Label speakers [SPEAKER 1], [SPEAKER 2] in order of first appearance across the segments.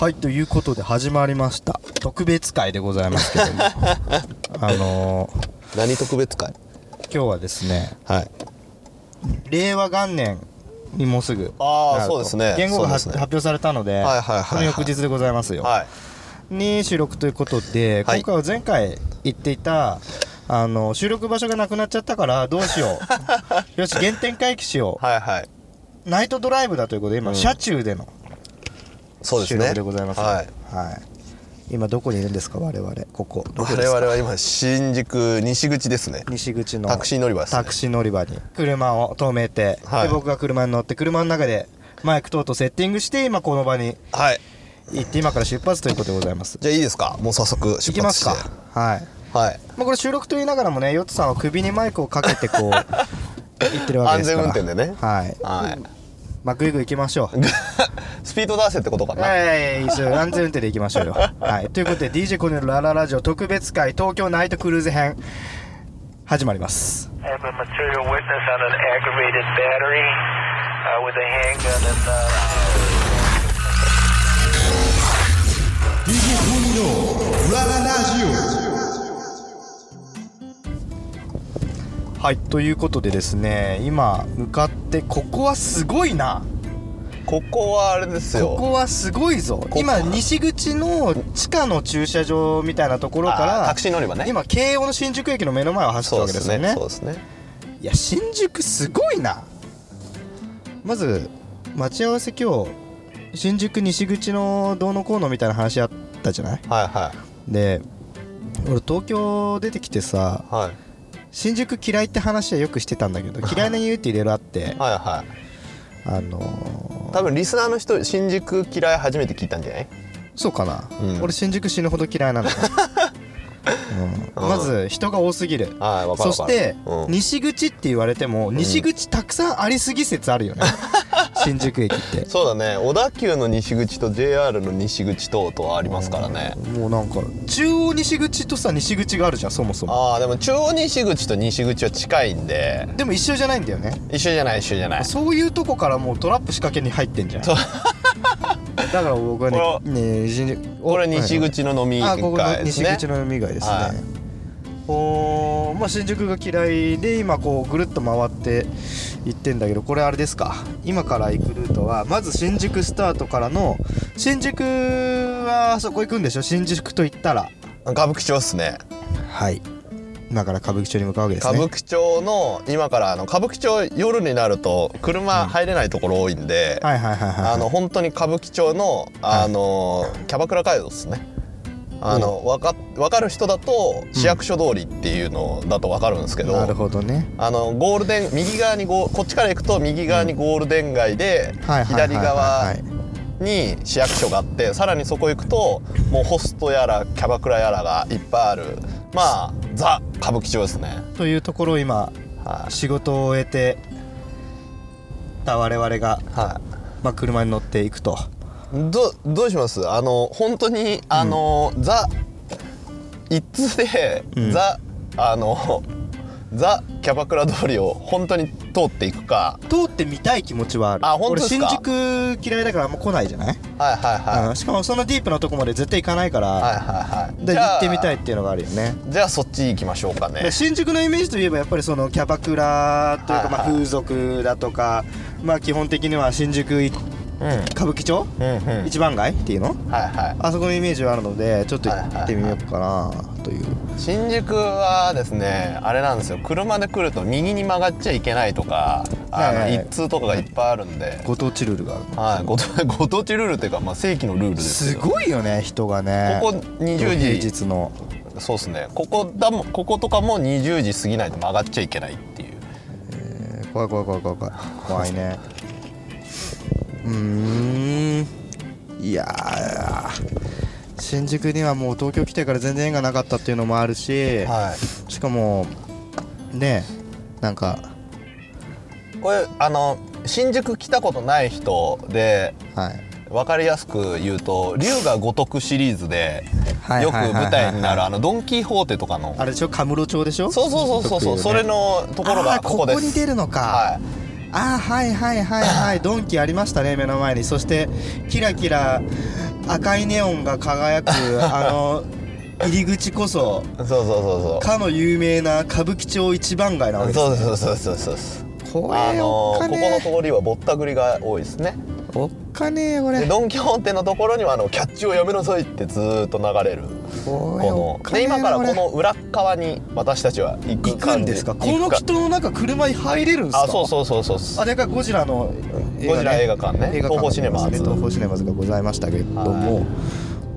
[SPEAKER 1] はいということで始まりました特別会でございますけ どもあのー
[SPEAKER 2] 何特別会
[SPEAKER 1] 今日はですね
[SPEAKER 2] はい
[SPEAKER 1] 令和元年にもうすぐ
[SPEAKER 2] あー
[SPEAKER 1] なると
[SPEAKER 2] そうですね
[SPEAKER 1] 言語がは発
[SPEAKER 2] そうですね
[SPEAKER 1] 表されたので、
[SPEAKER 2] はいはいはいはい
[SPEAKER 1] その翌日でございますよ、
[SPEAKER 2] はい
[SPEAKER 1] に収録ということで、
[SPEAKER 2] はい
[SPEAKER 1] 今回は前回言っていたあの収録場所がなくなっちゃったからどうしよ うよし原点回帰しよ
[SPEAKER 2] はいはいう
[SPEAKER 1] ナイトドライブだということで今、
[SPEAKER 2] うん
[SPEAKER 1] 車中での
[SPEAKER 2] そうです
[SPEAKER 1] 収
[SPEAKER 2] ね
[SPEAKER 1] 録でございますよ
[SPEAKER 2] はい
[SPEAKER 1] はい、今どこにいるんですか我々ここど
[SPEAKER 2] 我
[SPEAKER 1] こですか
[SPEAKER 2] 々は今新宿西口ですね
[SPEAKER 1] 西口の
[SPEAKER 2] タクシー乗り場ですね
[SPEAKER 1] タクシー乗り場に車を止めて、
[SPEAKER 2] はい
[SPEAKER 1] で僕が車に乗って車の中でマイク等々セッティングして今この場に
[SPEAKER 2] はい
[SPEAKER 1] 行って今から出発ということでございます
[SPEAKER 2] じゃあいいですかもう早速出
[SPEAKER 1] 行きま
[SPEAKER 2] 発し
[SPEAKER 1] す
[SPEAKER 2] て
[SPEAKER 1] かはい、
[SPEAKER 2] はい
[SPEAKER 1] まあ、これ収録と言いながらもねヨッツさんは首にマイクをかけてこう行 ってるわけ
[SPEAKER 2] 安
[SPEAKER 1] ですか
[SPEAKER 2] 全
[SPEAKER 1] ら
[SPEAKER 2] 運転でね
[SPEAKER 1] はい
[SPEAKER 2] はい
[SPEAKER 1] まあグイグイ行きましょう
[SPEAKER 2] スピード出せってことかな
[SPEAKER 1] はい、一緒安全運転で行きましょう よ。はい、ということで DJ コネのラララジオ特別会東京ナイトクルーズ編始まります。
[SPEAKER 3] I have a material witness on an aggravated battery uh, with a handgun and. Uh
[SPEAKER 4] DJ トミーのラララジオ
[SPEAKER 1] はい、ということでですね、今向かってここはすごいな。
[SPEAKER 2] ここはあれですよ
[SPEAKER 1] ここはすごいぞ。
[SPEAKER 2] こ
[SPEAKER 1] 今西口の地下の駐車場みたいなところか
[SPEAKER 2] あ
[SPEAKER 1] ら
[SPEAKER 2] ータクシー乗り場ね
[SPEAKER 1] 今京王の新宿駅の目の前を走ってるわ
[SPEAKER 2] そう
[SPEAKER 1] け
[SPEAKER 2] で
[SPEAKER 1] です
[SPEAKER 2] す
[SPEAKER 1] よ
[SPEAKER 2] ね
[SPEAKER 1] ね。
[SPEAKER 2] そうですね
[SPEAKER 1] いや新宿すごいなまず待ち合わせ今日新宿西口のどうのこうのみたいな話あったじゃない
[SPEAKER 2] はいは
[SPEAKER 1] で俺東京出てきてさ
[SPEAKER 2] いはい
[SPEAKER 1] 新宿嫌いって話はよくしてたんだけど 嫌いな理由っていろいろあって
[SPEAKER 2] はいはい
[SPEAKER 1] あの
[SPEAKER 2] 多分リスナーの人新宿嫌い初めて聞いたんじゃない
[SPEAKER 1] ーそうかな、
[SPEAKER 2] うん
[SPEAKER 1] 俺新宿死ぬほど嫌 いなの、うん、まず人が多すぎる
[SPEAKER 2] はいわかる
[SPEAKER 1] そ
[SPEAKER 2] わか
[SPEAKER 1] し
[SPEAKER 2] る
[SPEAKER 1] て、
[SPEAKER 2] うん
[SPEAKER 1] 西口って言われても西口たくさんありすぎ説ある よね新宿駅って
[SPEAKER 2] そうだね小田急の西口と JR の西口等々ありますからね
[SPEAKER 1] もうなんか中央西口とさ西口があるじゃんそもそも
[SPEAKER 2] ああでも中央西口と西口は近いんで
[SPEAKER 1] でも一緒じゃないんだよね
[SPEAKER 2] 一緒じゃない一緒じゃない
[SPEAKER 1] そういうとこからもうトラップ仕掛けに入ってんじゃんだ
[SPEAKER 2] そう
[SPEAKER 1] から僕は
[SPEAKER 2] こ
[SPEAKER 1] ねね新宿
[SPEAKER 2] これ西口の飲み
[SPEAKER 1] おはいあここの
[SPEAKER 2] 会です
[SPEAKER 1] 西
[SPEAKER 2] ね
[SPEAKER 1] 口の海街ですね、
[SPEAKER 2] はい
[SPEAKER 1] おーまあ、新宿が嫌いで今こうぐるっと回って行ってんだけどこれあれですか今から行くルートはまず新宿スタートからの新宿はあそこ行くんでしょ新宿と言ったら
[SPEAKER 2] 歌舞伎町っすね
[SPEAKER 1] はい今から歌舞伎町に向かうわけですね
[SPEAKER 2] 歌舞伎町の今からあの歌舞伎町夜になると車入れないところ多いんで、
[SPEAKER 1] はいはいはいはい
[SPEAKER 2] あの本当に歌舞伎町のあの、キャバクラ街道ですねあのわかわかる人だと市役所通りっていうのだとわかるんですけど,、
[SPEAKER 1] なるほどね
[SPEAKER 2] あのゴールデン右側にゴーこっちから行くと右側にゴールデン街で、
[SPEAKER 1] はいはいはい
[SPEAKER 2] 左側
[SPEAKER 1] はいはい
[SPEAKER 2] に市役所があってさらにそこ行くともうホストやらキャバクラやらがいっぱいあるまあザ歌舞伎町ですね。
[SPEAKER 1] というところを今
[SPEAKER 2] はい
[SPEAKER 1] 仕事を終えてた我々が、
[SPEAKER 2] は
[SPEAKER 1] まあ、車に乗っていくと
[SPEAKER 2] い、どどうしますあの本当にあの、ザ一通で、
[SPEAKER 1] うん
[SPEAKER 2] ザあのザキャバクラ通りを本当に通っていくか
[SPEAKER 1] 通ってみたい気持ちはある
[SPEAKER 2] あ本当ですか
[SPEAKER 1] 俺新宿嫌いだからあんま来ないじゃない、
[SPEAKER 2] はいはいはい、
[SPEAKER 1] うんしかもそのディープなとこまで絶対行かないから、
[SPEAKER 2] はいはいはい
[SPEAKER 1] で
[SPEAKER 2] じゃ
[SPEAKER 1] 行
[SPEAKER 2] あ
[SPEAKER 1] ってみたいっていうのがあるよね
[SPEAKER 2] じゃあそっち行きましょうかね
[SPEAKER 1] で新宿のイメージといえばやっぱりそのキャバクラという
[SPEAKER 2] は
[SPEAKER 1] か
[SPEAKER 2] いはい
[SPEAKER 1] まあ風俗だとかまあ基本的には新宿い
[SPEAKER 2] うんうん
[SPEAKER 1] 歌舞伎町、
[SPEAKER 2] うん
[SPEAKER 1] 一番街っていうの
[SPEAKER 2] はいは
[SPEAKER 1] あそこのイメージはあるのでちょっと行ってみようかなという、
[SPEAKER 2] い新宿はですねあれなんですよ車で来ると右に曲がっちゃいけないとかあ
[SPEAKER 1] は
[SPEAKER 2] の
[SPEAKER 1] いはい
[SPEAKER 2] 一通とかがいっぱいあるんで、
[SPEAKER 1] ご当地ルールがある
[SPEAKER 2] はい、ご当 ご当地ルールっていうか、まあ、正規のルールです
[SPEAKER 1] す
[SPEAKER 2] よ
[SPEAKER 1] ごいよね人がね
[SPEAKER 2] ここ20時
[SPEAKER 1] 平日の
[SPEAKER 2] そうですねここだもこことかも20時過ぎないと曲がっちゃいけないっていう
[SPEAKER 1] えー怖い怖い怖い怖い怖い怖いねうーんいやー新宿にはもう東京来てから全然縁がなかったっていうのもあるし、
[SPEAKER 2] はい
[SPEAKER 1] しかもねなんか
[SPEAKER 2] これあの新宿来たことない人で
[SPEAKER 1] はい
[SPEAKER 2] 分かりやすく言うと龍が如くシリーズで
[SPEAKER 1] はい
[SPEAKER 2] よ
[SPEAKER 1] はい
[SPEAKER 2] く
[SPEAKER 1] はいはい
[SPEAKER 2] 舞台になるあのドン・キーホーテとかの
[SPEAKER 1] あれでしょカムロ町でしょ
[SPEAKER 2] そうそうそうそうそう、それのと
[SPEAKER 1] と
[SPEAKER 2] ころがここです
[SPEAKER 1] こに出るのか、
[SPEAKER 2] は
[SPEAKER 1] あーはいはいはいはいドンキありましたね目の前にそしてキラキラ赤いネオンが輝く あの入り口こそ
[SPEAKER 2] そうそうそう
[SPEAKER 1] かの有名な歌舞伎町一番街なわ
[SPEAKER 2] そう
[SPEAKER 1] けです
[SPEAKER 2] そうそうそうそうそうそう
[SPEAKER 1] 怖
[SPEAKER 2] あ
[SPEAKER 1] えよ
[SPEAKER 2] の
[SPEAKER 1] おっか
[SPEAKER 2] ここの
[SPEAKER 1] ね
[SPEAKER 2] 通りはぼったくりが多いですね
[SPEAKER 1] えおっかねえこ
[SPEAKER 2] で
[SPEAKER 1] れ
[SPEAKER 2] ドン・キホーテのところにはあのキャッチをやめなさいってずーっと流れる
[SPEAKER 1] こ
[SPEAKER 2] こので今からこの裏側に私たちは
[SPEAKER 1] 行
[SPEAKER 2] 行く
[SPEAKER 1] くん
[SPEAKER 2] 感じ
[SPEAKER 1] ですか
[SPEAKER 2] 行
[SPEAKER 1] この
[SPEAKER 2] く
[SPEAKER 1] 人の中車に入れるんですか
[SPEAKER 2] あそうそうそうそう
[SPEAKER 1] あれがゴジラの映画ね
[SPEAKER 2] ゴジラ映画館ね東宝シネマズ
[SPEAKER 1] ですね東宝シネマズがございましたけれども、
[SPEAKER 2] はい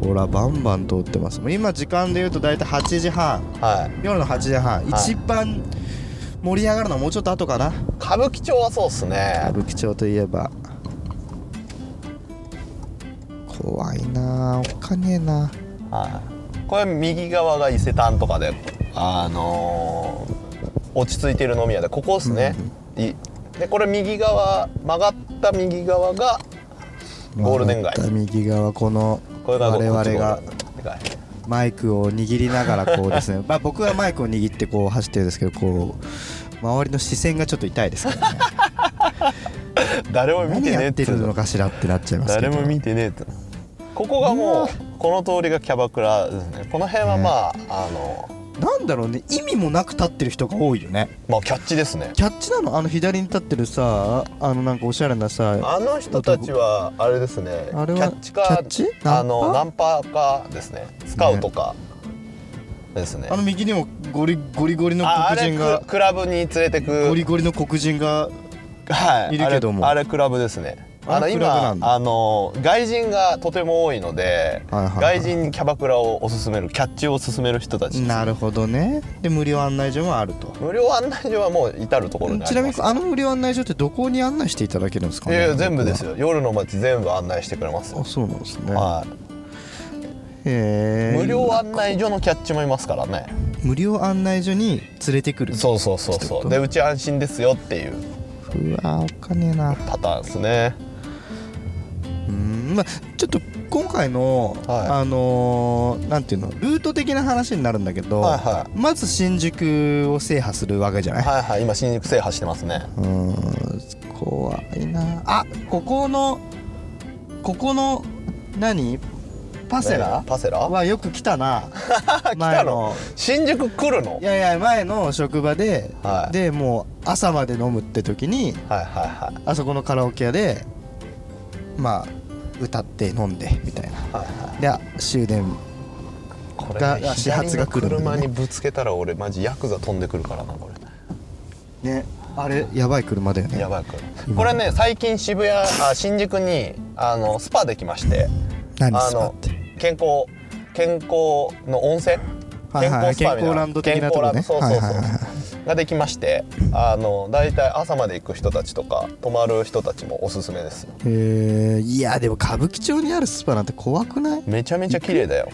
[SPEAKER 1] ほらバンバン通ってますもう今時間でいうと大体8時半
[SPEAKER 2] はい
[SPEAKER 1] 夜の8時半、
[SPEAKER 2] はい
[SPEAKER 1] 一番盛り上がるのはもうちょっと後かな
[SPEAKER 2] 歌舞伎町はそうっすね
[SPEAKER 1] 歌舞伎町といえば怖いなあおっかねえな
[SPEAKER 2] はいこれ右側が伊勢丹とかであのー落ち着いてる飲み屋でここですね、いでこれ右側曲がった右側がゴールデン街
[SPEAKER 1] また右側この
[SPEAKER 2] これ
[SPEAKER 1] 我
[SPEAKER 2] が
[SPEAKER 1] 々
[SPEAKER 2] こっち
[SPEAKER 1] が
[SPEAKER 2] ゴールデン街
[SPEAKER 1] マイクを握りながらこうですね まあ僕はマイクを握ってこう走ってるんですけどこう周りの視線がちょっと痛いですからね
[SPEAKER 2] 誰も 見
[SPEAKER 1] 何
[SPEAKER 2] てね
[SPEAKER 1] や
[SPEAKER 2] え
[SPEAKER 1] っ
[SPEAKER 2] ってて
[SPEAKER 1] るのかしらってなっちゃいますけ
[SPEAKER 2] 誰
[SPEAKER 1] ど
[SPEAKER 2] も見てねえってここがもうこの通りがキャバクラですねこの辺はまあ、あの
[SPEAKER 1] なんだろうね意味もなく立ってる人が多いよね
[SPEAKER 2] まあキャッチですね
[SPEAKER 1] キャッチなのあの左に立ってるさあのなんかおしゃれなさ
[SPEAKER 2] あの人たちはあれですね
[SPEAKER 1] あれは
[SPEAKER 2] キャッチか
[SPEAKER 1] キャッチ
[SPEAKER 2] あの
[SPEAKER 1] ナ
[SPEAKER 2] ナンパかですねスカウトかですね
[SPEAKER 1] あの右にもゴリゴリゴリの
[SPEAKER 2] ああ
[SPEAKER 1] 黒
[SPEAKER 2] れ
[SPEAKER 1] 人が
[SPEAKER 2] ククラブに連れてく
[SPEAKER 1] ゴリゴリの黒人が
[SPEAKER 2] はい
[SPEAKER 1] いるけども
[SPEAKER 2] あれあれクラブですねあ
[SPEAKER 1] あ
[SPEAKER 2] の
[SPEAKER 1] れクラブ
[SPEAKER 2] 今
[SPEAKER 1] なんだ
[SPEAKER 2] あの外人がとても多いので、
[SPEAKER 1] はいはいはい
[SPEAKER 2] 外人にキャバクラをおすすめるキャッチを勧める人たちです
[SPEAKER 1] なるほどねで無料案内所もあると
[SPEAKER 2] 無料案内所はもう至る所にあります
[SPEAKER 1] ちなみにあの無料案内所ってどこに案内していただけるんですか
[SPEAKER 2] い
[SPEAKER 1] ね
[SPEAKER 2] やいや全部です
[SPEAKER 1] よ
[SPEAKER 2] よ夜の街全部案内してくれますよ
[SPEAKER 1] あそうなんですね
[SPEAKER 2] はい
[SPEAKER 1] へえ
[SPEAKER 2] 無料案内所のキャッチもいますからね
[SPEAKER 1] 無料案内所に連れてくる
[SPEAKER 2] そうそうそう
[SPEAKER 1] ちょっ
[SPEAKER 2] そ
[SPEAKER 1] と
[SPEAKER 2] うでうち安心ですよっていう
[SPEAKER 1] うわお金なう
[SPEAKER 2] パターンですね
[SPEAKER 1] ーんまあちょっと今回の、
[SPEAKER 2] はい
[SPEAKER 1] あのーなんていうのルート的な話になるんだけど、
[SPEAKER 2] はいは
[SPEAKER 1] まず新宿を制覇するわけじゃない、
[SPEAKER 2] はいはい今新宿制覇してますね
[SPEAKER 1] うーん怖いなあここのここの何パセラ
[SPEAKER 2] パセラ
[SPEAKER 1] はよく来た な
[SPEAKER 2] 来たの新宿来るの
[SPEAKER 1] いやいや前の職場で、
[SPEAKER 2] はい
[SPEAKER 1] でもう朝まで飲むって時に
[SPEAKER 2] はいはいはい
[SPEAKER 1] あそこのカラオケ屋でまあ歌って飲んでみたいな
[SPEAKER 2] はいはい
[SPEAKER 1] であ終電
[SPEAKER 2] これ
[SPEAKER 1] が
[SPEAKER 2] ね
[SPEAKER 1] 始発が来るんだ
[SPEAKER 2] 左
[SPEAKER 1] ね
[SPEAKER 2] の車にぶつけたら俺マジヤクザ飛んでくるからなこれ
[SPEAKER 1] ねあれやばい車だよね
[SPEAKER 2] やばいこれこれね最近渋谷あ新宿にあのスパできまして
[SPEAKER 1] 何
[SPEAKER 2] あ
[SPEAKER 1] スパっ
[SPEAKER 2] の
[SPEAKER 1] て
[SPEAKER 2] 健康健康の温泉
[SPEAKER 1] はいはい
[SPEAKER 2] スパみたい
[SPEAKER 1] 健康ランド的なとこね
[SPEAKER 2] 健康ランドそうそうそう、
[SPEAKER 1] はいはいは
[SPEAKER 2] ができましてあの大体朝まで行く人たちとか泊まる人たちもおすすめですよ
[SPEAKER 1] えー、いやでも歌舞伎町にあるスパなんて怖くない
[SPEAKER 2] めちゃめちゃ綺麗だよ、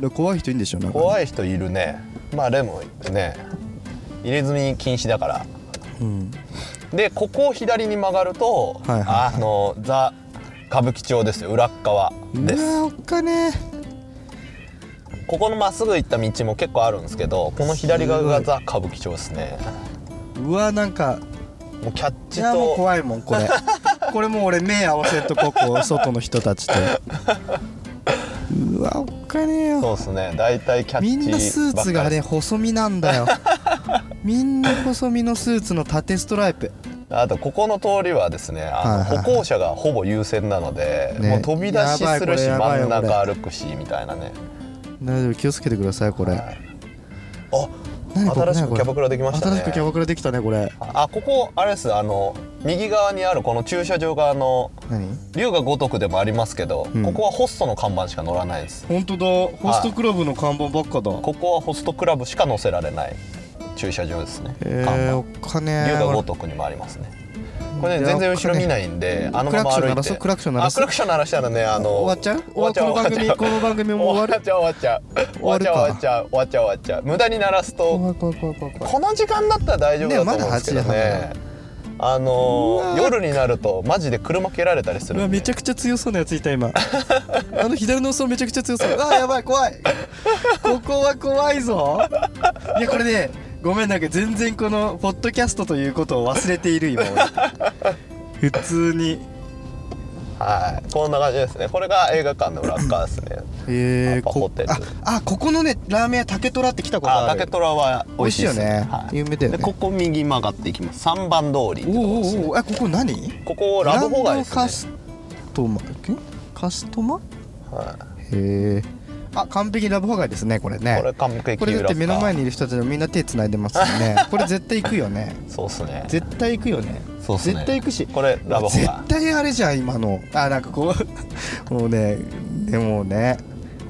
[SPEAKER 1] で怖い人いいんでしょなんかね
[SPEAKER 2] 怖い人いるねまあでもね入れ墨禁止だから
[SPEAKER 1] うん、
[SPEAKER 2] でここを左に曲がると、
[SPEAKER 1] はいはいはい
[SPEAKER 2] あのザ歌舞伎町ですよ裏っ側
[SPEAKER 1] うわ
[SPEAKER 2] です
[SPEAKER 1] ーおっかね
[SPEAKER 2] ここのまっすぐ行った道も結構あるんですけどこの左側がザ歌舞伎町ですね
[SPEAKER 1] うわーなんか
[SPEAKER 2] もうキャッチ
[SPEAKER 1] いやもう
[SPEAKER 2] と
[SPEAKER 1] 怖いもんこ れこれもう俺目合わせんとここう外の人た ちとうわおっかねえよ
[SPEAKER 2] そうですね大体キャッチ
[SPEAKER 1] みんなスーツがね
[SPEAKER 2] ばっか
[SPEAKER 1] 細身なんだよ みんな細身のスーツの縦ストライプ
[SPEAKER 2] りですあとここの通りはですね
[SPEAKER 1] はい
[SPEAKER 2] あ
[SPEAKER 1] はい
[SPEAKER 2] の
[SPEAKER 1] はい
[SPEAKER 2] 歩行者がほぼ優先なので、
[SPEAKER 1] ね
[SPEAKER 2] もう飛び出しするし
[SPEAKER 1] やばいこれやば
[SPEAKER 2] 真
[SPEAKER 1] いよ
[SPEAKER 2] ん中歩くしみたいなね
[SPEAKER 1] 大丈夫気をつけてくださいこれ
[SPEAKER 2] あ
[SPEAKER 1] 何これ
[SPEAKER 2] 新し
[SPEAKER 1] 何こ
[SPEAKER 2] く
[SPEAKER 1] れ
[SPEAKER 2] キャバクラできましたね
[SPEAKER 1] 新しくキャバクラできたねこれ
[SPEAKER 2] あここあれですあの右側にあるこの駐車場側の
[SPEAKER 1] 何
[SPEAKER 2] 龍が如くでもありますけど、
[SPEAKER 1] うん
[SPEAKER 2] ここはホストの看板しか乗らないです
[SPEAKER 1] 本当だホストクラブの看板ばっかだ
[SPEAKER 2] ここはホストクラブしか載せられない駐車場ですね、
[SPEAKER 1] え
[SPEAKER 2] 看
[SPEAKER 1] ー、
[SPEAKER 2] 板
[SPEAKER 1] おっかねえ
[SPEAKER 2] 龍が如くにもありますね。これ
[SPEAKER 1] い
[SPEAKER 2] ね
[SPEAKER 1] や
[SPEAKER 2] 全然後ろ見ないんで、あのまま歩いて。
[SPEAKER 1] クラクション鳴らそう
[SPEAKER 2] あクラクション鳴らしたらね、あの
[SPEAKER 1] 終わっちゃう
[SPEAKER 2] 終わっちゃう。
[SPEAKER 1] この番組
[SPEAKER 2] 終わっちゃう
[SPEAKER 1] この番組も終わる
[SPEAKER 2] 終わっちゃう終わっちゃう。終わっちゃう終わっちゃう終わっちゃう終わっちゃう無駄に鳴らすと
[SPEAKER 1] 怖い怖い怖い怖い怖い
[SPEAKER 2] この時間だったら大丈夫だと思うんですけど
[SPEAKER 1] ね
[SPEAKER 2] ね。
[SPEAKER 1] まだ8時半
[SPEAKER 2] あの
[SPEAKER 1] うわ
[SPEAKER 2] ー夜になるとマジで車蹴られたりす
[SPEAKER 1] う
[SPEAKER 2] る
[SPEAKER 1] わ
[SPEAKER 2] んで
[SPEAKER 1] めちゃくちゃ強そうなやついた 今あの左のおっさんめちゃくちゃ強そうあやばい怖いここは怖いぞいやこれねごめんなんか全然このポッドキャストということを忘れている今俺普通に
[SPEAKER 2] はいこんな感じですねこれが映画館の裏っ側ですね
[SPEAKER 1] へえ
[SPEAKER 2] アパホテル
[SPEAKER 1] ああここのねラーメン屋竹虎って来たことあ
[SPEAKER 2] あ
[SPEAKER 1] る
[SPEAKER 2] 竹虎は美味しいです
[SPEAKER 1] 美味しいよね
[SPEAKER 2] はい
[SPEAKER 1] 有名だよね
[SPEAKER 2] でここ右曲がっていきます三番通りってと
[SPEAKER 1] お
[SPEAKER 2] こ
[SPEAKER 1] う
[SPEAKER 2] で
[SPEAKER 1] お
[SPEAKER 2] す
[SPEAKER 1] う
[SPEAKER 2] ね
[SPEAKER 1] おうえここ何
[SPEAKER 2] ここラブホ街です
[SPEAKER 1] ランドカ
[SPEAKER 2] ね
[SPEAKER 1] ストマえカストマ
[SPEAKER 2] はい
[SPEAKER 1] へえあ完璧ラブホ街ですねこれね
[SPEAKER 2] これ完璧裏
[SPEAKER 1] これだって目の前
[SPEAKER 2] に
[SPEAKER 1] にいる人たちもみんな手繋いでますよねこれ絶対行くよね
[SPEAKER 2] そうっすね
[SPEAKER 1] 絶対行くよね
[SPEAKER 2] そうっすね
[SPEAKER 1] 絶対行くし
[SPEAKER 2] これラブホ街
[SPEAKER 1] 絶対あれじゃん今のあなんかこう もうねでもね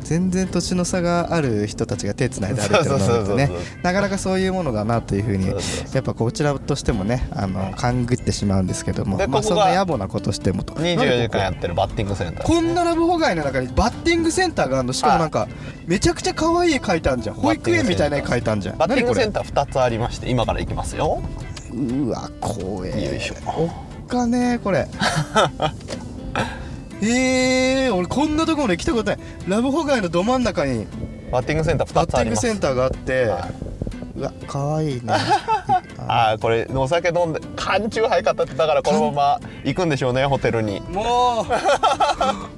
[SPEAKER 1] 全然年の差がある人たちが手つないで歩いてるの
[SPEAKER 2] そうそう
[SPEAKER 1] な
[SPEAKER 2] そ
[SPEAKER 1] ん
[SPEAKER 2] う
[SPEAKER 1] て
[SPEAKER 2] そう
[SPEAKER 1] ねなかなかそういうものだなというふうに
[SPEAKER 2] そうそうそう
[SPEAKER 1] やっぱこちらとしてもねあの勘ぐってしまうんですけども
[SPEAKER 2] で
[SPEAKER 1] まあ、
[SPEAKER 2] こ
[SPEAKER 1] そ
[SPEAKER 2] こ
[SPEAKER 1] ん
[SPEAKER 2] が
[SPEAKER 1] な野暮なことしてもと
[SPEAKER 2] 24時間
[SPEAKER 1] な
[SPEAKER 2] や
[SPEAKER 1] ん
[SPEAKER 2] っ
[SPEAKER 1] で
[SPEAKER 2] てるバッティングセンター
[SPEAKER 1] こここんなラブホ街の中にバッティングセンターがあるのしかもなんかめちゃくちゃ可愛い絵描いたんじゃん保育園みたいな絵描いたんじゃん
[SPEAKER 2] バッティングセン
[SPEAKER 1] タ
[SPEAKER 2] ター2つありまして今から行きますよ
[SPEAKER 1] うわ怖え
[SPEAKER 2] よいしょ
[SPEAKER 1] かねこれ ええ俺こんなとこまで来たことないラブホ街のど真ん中に
[SPEAKER 2] バッティングセンター2
[SPEAKER 1] バッ
[SPEAKER 2] つ
[SPEAKER 1] テ
[SPEAKER 2] あ
[SPEAKER 1] ィング
[SPEAKER 2] ります
[SPEAKER 1] センターがあって、
[SPEAKER 2] はいう
[SPEAKER 1] わ可愛いね
[SPEAKER 2] ああこれお酒飲んで缶チューハイ買っただからこのまま行くんでしょうねホテルに
[SPEAKER 1] も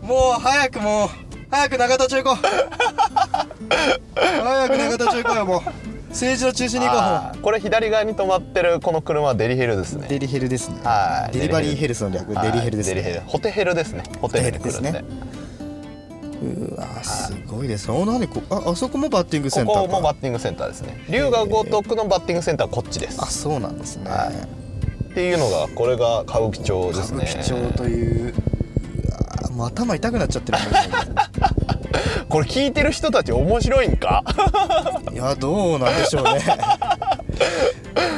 [SPEAKER 1] うもう早くもう早く永田町行 こう早く永田町行こうよもう政治の中心に行こ
[SPEAKER 2] あーこれ左側に止まってるこの車はデリヘルです
[SPEAKER 1] う
[SPEAKER 2] ね
[SPEAKER 1] デリヘルですね
[SPEAKER 2] はい
[SPEAKER 1] デリバリーヘルスの略
[SPEAKER 2] は
[SPEAKER 1] デ
[SPEAKER 2] い
[SPEAKER 1] リヘルです
[SPEAKER 2] デリヘル
[SPEAKER 1] ね
[SPEAKER 2] ホテヘルですねホテヘル来るん
[SPEAKER 1] ホテヘ
[SPEAKER 2] で
[SPEAKER 1] ルうわすごいですお何こああそこもバッティングセ
[SPEAKER 2] こ
[SPEAKER 1] ンターか
[SPEAKER 2] こもバッティングセンターですね龍が如くのバッティングセンターはこっちです
[SPEAKER 1] あそうなんですね、
[SPEAKER 2] はいっていうのがこれが歌舞伎町です
[SPEAKER 1] 歌
[SPEAKER 2] ね
[SPEAKER 1] 舞伎町といううわーもう頭痛くなっちゃってるんだ
[SPEAKER 2] これ聞いてる人たち面白いん か
[SPEAKER 1] けどいやどうなんでしょうね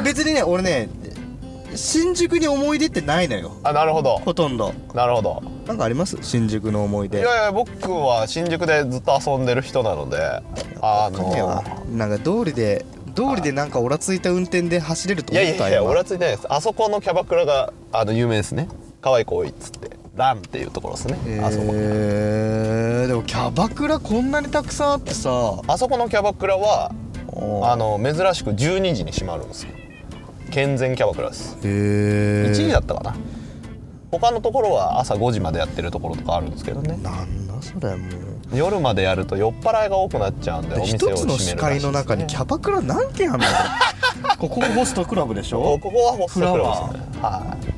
[SPEAKER 1] 別にね俺ね新宿に思い出ってないのよ
[SPEAKER 2] あなるほど
[SPEAKER 1] ほとんど
[SPEAKER 2] なるほど
[SPEAKER 1] なんかあります新宿の思い
[SPEAKER 2] い
[SPEAKER 1] 出
[SPEAKER 2] やいや僕は新宿でずっと遊んでる人なのであ
[SPEAKER 1] 彼は
[SPEAKER 2] の
[SPEAKER 1] なんか通りで通りでなんかオラついた運転で走れると
[SPEAKER 2] い
[SPEAKER 1] 思
[SPEAKER 2] や
[SPEAKER 1] っ
[SPEAKER 2] い
[SPEAKER 1] た
[SPEAKER 2] やいや
[SPEAKER 1] 今
[SPEAKER 2] 俺はついてないですあそこのキャバクラがあの有名ですね可愛い子多いっつってランっていうところですねあそこ
[SPEAKER 1] えー、でもキャバクラこんなにたくさんあってさ
[SPEAKER 2] あそこのキャバクラは
[SPEAKER 1] お
[SPEAKER 2] あの珍しく12時に閉まるんですよ健全キャバクラです
[SPEAKER 1] えー、
[SPEAKER 2] 1時だったかな他のところは朝5時までやってるところとかあるんですけどね
[SPEAKER 1] なんだそれもう
[SPEAKER 2] 夜までやると酔っ払いが多くなっちゃうんでお店
[SPEAKER 1] 一
[SPEAKER 2] を閉めるら
[SPEAKER 1] つ
[SPEAKER 2] しいで
[SPEAKER 1] の視
[SPEAKER 2] す
[SPEAKER 1] 界の中にキャバクラ何軒あんの ここホストクラブでし
[SPEAKER 2] こ
[SPEAKER 1] ょ
[SPEAKER 2] こはホストクラブですねはい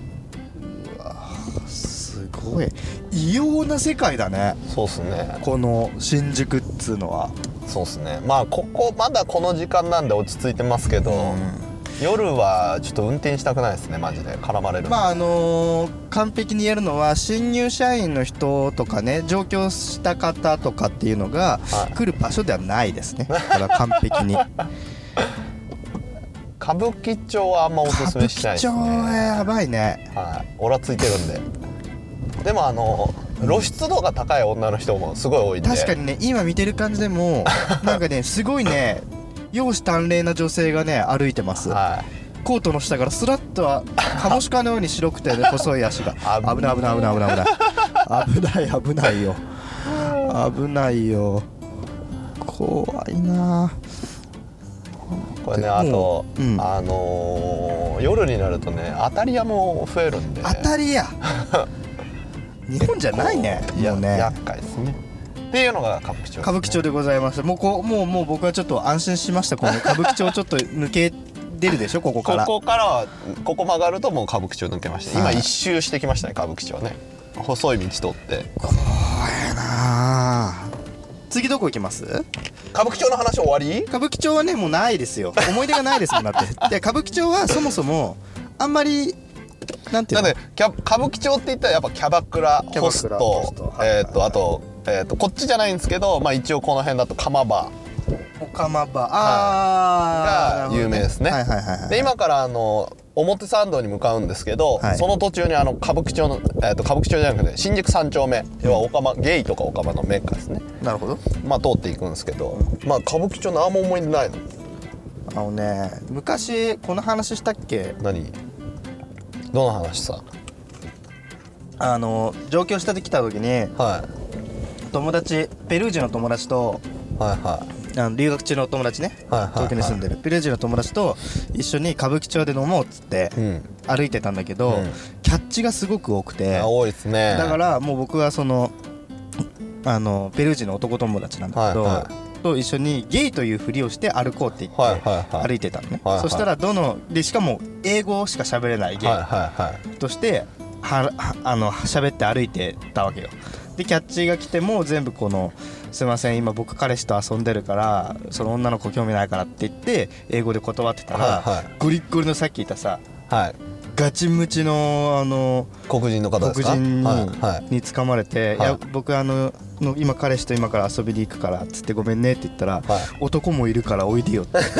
[SPEAKER 1] すごい異様な世界だね
[SPEAKER 2] そうっすね
[SPEAKER 1] この新宿っつうのは
[SPEAKER 2] そうっすねまあここまだこの時間なんで落ち着いてますけど、夜はちょっと運転したくないですねマジで絡まれる
[SPEAKER 1] まああのー完璧に言えるのは新入社員の人とかね上京した方とかっていうのが
[SPEAKER 2] はい
[SPEAKER 1] 来る場所ではないですね、これは完璧 に
[SPEAKER 2] 歌舞伎町はあんまおすすめしないです
[SPEAKER 1] 歌
[SPEAKER 2] ね
[SPEAKER 1] 舞伎町はやばいね
[SPEAKER 2] はい、オラついてるんででもあの露出度が高い女の人もすごい多いんで
[SPEAKER 1] 確かにね今見てる感じで もなんかねすごいね容姿端麗な女性がね歩いてます
[SPEAKER 2] は
[SPEAKER 1] コートの下からスラッとは カモシカのように白くて、ね、細い足が危
[SPEAKER 2] 危
[SPEAKER 1] な
[SPEAKER 2] ないい
[SPEAKER 1] 危ない危ない危ない危ない危ないよ危ないよ怖いない
[SPEAKER 2] これね
[SPEAKER 1] で
[SPEAKER 2] あと、
[SPEAKER 1] うんうん
[SPEAKER 2] あのー夜になるとね当たり屋も増えるんで
[SPEAKER 1] 当たりや日本じゃないね
[SPEAKER 2] いや
[SPEAKER 1] もうね
[SPEAKER 2] 厄介ですねっていうのが歌舞伎町ですね、
[SPEAKER 1] 歌舞伎町でございますもうこうもうもう僕はちょっと安心しましたこの歌舞伎町ちょっと抜け出るでしょここから
[SPEAKER 2] ここからはここ曲がるともう歌舞伎町抜けました
[SPEAKER 1] は
[SPEAKER 2] 今
[SPEAKER 1] い
[SPEAKER 2] 一周してきましたね歌舞伎町ね細い道通って
[SPEAKER 1] あー次どこ行きます
[SPEAKER 2] 歌舞伎町の話終わり
[SPEAKER 1] 歌舞伎町はねもうないですよ思い出がないですもんだって で歌舞伎町はそもそもあんまりなんていう
[SPEAKER 2] なん
[SPEAKER 1] の
[SPEAKER 2] でキャ歌舞伎町って言ったらやっぱキャバクラ
[SPEAKER 1] キャバクラ
[SPEAKER 2] ホスト
[SPEAKER 1] ホストはい
[SPEAKER 2] えっ、とあと,、えー、とこっちじゃないんですけど、まあ、一応この辺だと釜場
[SPEAKER 1] オカマバあー、
[SPEAKER 2] が有名ですね、
[SPEAKER 1] なるほどはいはいはいはい
[SPEAKER 2] で今からあの表参道に向かうんですけど、
[SPEAKER 1] はい
[SPEAKER 2] その途中にあの歌舞伎町の、えー、と歌舞伎町じゃなくて新宿三丁目要はオカマゲイとかオカマのメーカーですね
[SPEAKER 1] なるほど
[SPEAKER 2] まあ通っていくんですけど、まあ歌舞伎町何も思い出ないの
[SPEAKER 1] あのね昔この話したっけ
[SPEAKER 2] 何どの話さ
[SPEAKER 1] あの上京してきた時に
[SPEAKER 2] はい
[SPEAKER 1] 友達ペルージの友達と
[SPEAKER 2] はいは
[SPEAKER 1] あの留学中の友達ね、
[SPEAKER 2] はいはいはい
[SPEAKER 1] 東京に住んでるペルージの友達と一緒に歌舞伎町で飲もうっつって
[SPEAKER 2] いうん
[SPEAKER 1] 歩いてたんだけど、
[SPEAKER 2] うん
[SPEAKER 1] キャャッチがすごく多くて
[SPEAKER 2] あ多いですね
[SPEAKER 1] だからもう僕はそのあのペルー人の男友達なんだけど、
[SPEAKER 2] はいは
[SPEAKER 1] と一緒にゲイというふりをして歩こうって言って、
[SPEAKER 2] はいはいはい
[SPEAKER 1] 歩いてたのね、
[SPEAKER 2] はいはい
[SPEAKER 1] そしたらどのでしかも英語しか喋れないゲ
[SPEAKER 2] はい
[SPEAKER 1] イ
[SPEAKER 2] は
[SPEAKER 1] としてははあの喋って歩いてたわけよでキャッチが来ても全部この「すいません今僕彼氏と遊んでるからその女の子興味ないから」って言って英語で断ってたら、
[SPEAKER 2] はいはい
[SPEAKER 1] ゴリッゴリのさっき言ったさ
[SPEAKER 2] いはいはい
[SPEAKER 1] ガチムチのあの
[SPEAKER 2] 黒人の方です
[SPEAKER 1] 黒
[SPEAKER 2] か
[SPEAKER 1] 人に,、
[SPEAKER 2] はいはい
[SPEAKER 1] に掴まれて「
[SPEAKER 2] はい
[SPEAKER 1] い、や僕あのの今彼氏と今から遊びに行くから」っつって「ごめんね」って言ったら「
[SPEAKER 2] はい
[SPEAKER 1] 男もいるからおいでよ」って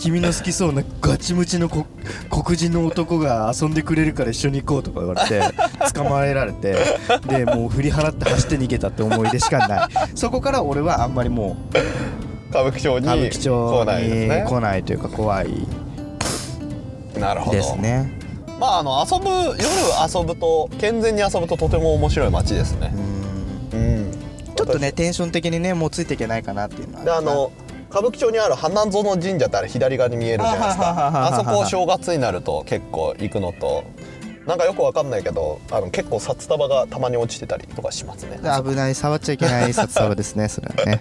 [SPEAKER 1] 君の好きそうなガチムチのこ黒人の男が遊んでくれるから一緒に行こうとか言われ て捕まえられてでもう振り払って走って逃げたって思い出しかないそこから俺はあんまりもう
[SPEAKER 2] 歌舞伎町に
[SPEAKER 1] 歌舞伎
[SPEAKER 2] 来
[SPEAKER 1] 町
[SPEAKER 2] ないです
[SPEAKER 1] に
[SPEAKER 2] ね
[SPEAKER 1] 来ないというか怖い
[SPEAKER 2] なるほど
[SPEAKER 1] ですね
[SPEAKER 2] まああの遊ぶ夜遊ぶと健全に遊ぶととても面白い街ですね
[SPEAKER 1] うん
[SPEAKER 2] うん
[SPEAKER 1] ちょっとねテンション的にねもうついていけないかなっていうのは
[SPEAKER 2] であの歌舞伎町にある花園神社ってあれ左側に見えるじゃないです
[SPEAKER 1] あはははは
[SPEAKER 2] か
[SPEAKER 1] は
[SPEAKER 2] あそこを正月になると結構行くのとなんかよくわかんないけどあの結構札束がたまに落ちてたりとかしますね
[SPEAKER 1] 危ない触っちゃいけない札束ですねそれはね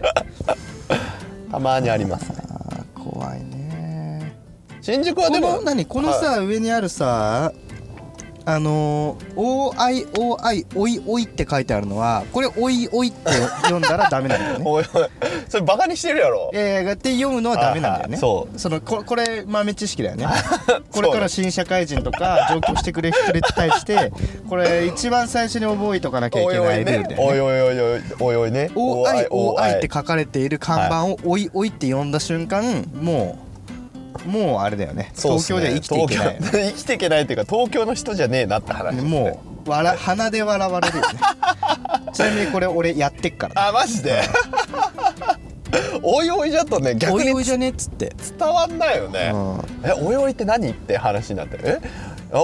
[SPEAKER 2] たまにありますね
[SPEAKER 1] あー怖いね
[SPEAKER 2] 新宿は
[SPEAKER 1] こ
[SPEAKER 2] でも
[SPEAKER 1] の何この
[SPEAKER 2] はい
[SPEAKER 1] さ、上にあるさあのー「OIOI おいおい」って書いてあるのはこれ「おいおい」って読んだらダメなんだよ ね
[SPEAKER 2] おいおいそれバカにしてるやろ
[SPEAKER 1] いやいやって読むのはダメなんだよね
[SPEAKER 2] あそう
[SPEAKER 1] そのここれ豆知識だよね これから新社会人とか上京してくれる人に対してこれ一番最初に覚えとかなきゃい
[SPEAKER 2] おい
[SPEAKER 1] け
[SPEAKER 2] お
[SPEAKER 1] ないいルー
[SPEAKER 2] ね
[SPEAKER 1] ルだよ
[SPEAKER 2] お
[SPEAKER 1] ね
[SPEAKER 2] いおいおいおいおいおいね
[SPEAKER 1] OIOI って書かれている看板を「おいおい」って呼んだ瞬間もうもうあれだよね
[SPEAKER 2] そうっ
[SPEAKER 1] 東
[SPEAKER 2] す
[SPEAKER 1] 京では
[SPEAKER 2] ね
[SPEAKER 1] 生きていけないよ
[SPEAKER 2] 東京生きていけないっていうか東京の人じゃねえなって話
[SPEAKER 1] ねもう笑鼻で笑われるよね ちなみにこれ俺やってっからね
[SPEAKER 2] あマジで おいおいじゃとね
[SPEAKER 1] お
[SPEAKER 2] 逆
[SPEAKER 1] い
[SPEAKER 2] に
[SPEAKER 1] おいじゃねっつって
[SPEAKER 2] 伝わんないよね、
[SPEAKER 1] う
[SPEAKER 2] えおいおいって何って話になってえあ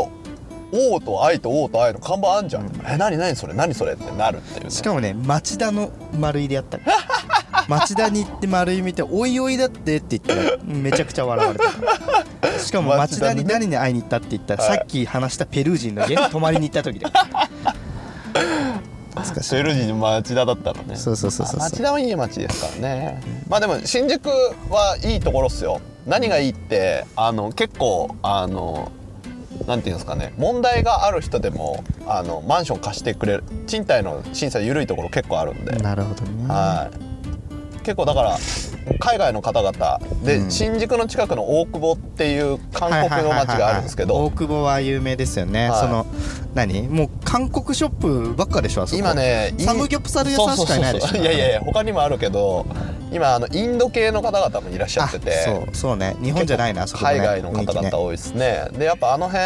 [SPEAKER 2] 王と愛と王と愛の看板あんじゃん、え何何それ何それってなるっていうね
[SPEAKER 1] しかもね町田の丸井でやっ たから町田に行って丸井見て「おいおいだって」って言ったらめちゃくちゃ笑われたしかも町田に
[SPEAKER 2] 町田
[SPEAKER 1] 何に会いに行ったって言ったら
[SPEAKER 2] はい
[SPEAKER 1] さっき話したペルー人の家に泊まりに行った 時だ懐かしい
[SPEAKER 2] セルジの町田だったらね
[SPEAKER 1] そうそうそうそうそう
[SPEAKER 2] あ町田はいい町ですからねまあでも新宿はいいところっすよ何がいいってあの結構あのなんていうんですかね問題がある人でもあのマンション貸してくれる賃貸の審査緩いところ結構あるんで、
[SPEAKER 1] なるほどね
[SPEAKER 2] はい結構だから海外の方々で、
[SPEAKER 1] うん
[SPEAKER 2] 新宿の近くの大久保っていう韓国の街があるんですけ
[SPEAKER 1] はいはいはいはい
[SPEAKER 2] ど
[SPEAKER 1] 大久保は有名ですよね、
[SPEAKER 2] はい
[SPEAKER 1] その何もう韓国ショップばっかでしょあそこ
[SPEAKER 2] 今ねいい
[SPEAKER 1] サムギョプサル屋さんしかいないでしょ
[SPEAKER 2] そうそうそういやいやいや他にもあるけど今あのインド系の方々もいらっしゃ
[SPEAKER 1] あ
[SPEAKER 2] ってて
[SPEAKER 1] そうそうね日本じゃないなあそこ、ね、
[SPEAKER 2] 海外の方
[SPEAKER 1] 雰囲気
[SPEAKER 2] 々
[SPEAKER 1] ね
[SPEAKER 2] 多いですねでやっぱあの辺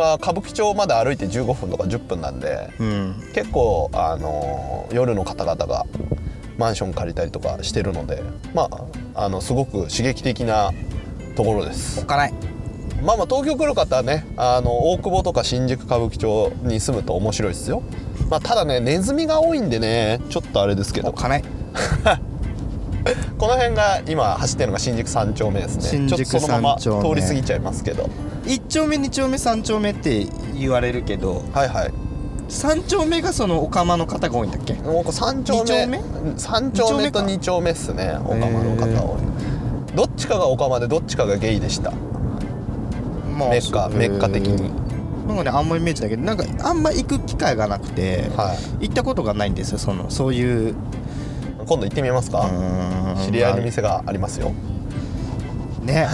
[SPEAKER 2] は歌舞伎町まで歩いて15分とか10分なんで
[SPEAKER 1] うん
[SPEAKER 2] 結構あの夜の方々がマンション借りたりとかしてるのでまああのすごく刺激的なところです
[SPEAKER 1] 置かない
[SPEAKER 2] まあまあ東京来る方はねあの大久保とか新宿歌舞伎町に住むと面白いですよ、まあ、ただねネズミが多いんでねちょっとあれですけど
[SPEAKER 1] 置
[SPEAKER 2] こ
[SPEAKER 1] かない
[SPEAKER 2] の辺が今走ってるのが新宿三丁目ですね
[SPEAKER 1] 新宿
[SPEAKER 2] ちょっとそのまま
[SPEAKER 1] 三丁目
[SPEAKER 2] 通り過ぎちゃいますけど
[SPEAKER 1] 一丁目二丁目三丁目って言われるけど
[SPEAKER 2] はいはい
[SPEAKER 1] 三丁目がそのオカマの方が多いんだっけ
[SPEAKER 2] もうこう三丁目
[SPEAKER 1] 二丁
[SPEAKER 2] 三丁目と二
[SPEAKER 1] 二
[SPEAKER 2] 丁目っすねオカマの方多いどっちかがオカマでどっちかがゲイでした
[SPEAKER 1] ま
[SPEAKER 2] メッカ
[SPEAKER 1] そう
[SPEAKER 2] メッカ的に
[SPEAKER 1] なんかねあんまイメージだけどなんかあんま行く機会がなくて、
[SPEAKER 2] はい
[SPEAKER 1] 行ったことがないんですよそのそういう
[SPEAKER 2] 今度行ってみます
[SPEAKER 1] う
[SPEAKER 2] か
[SPEAKER 1] ーん
[SPEAKER 2] 知り合いの店がありますよ
[SPEAKER 1] ね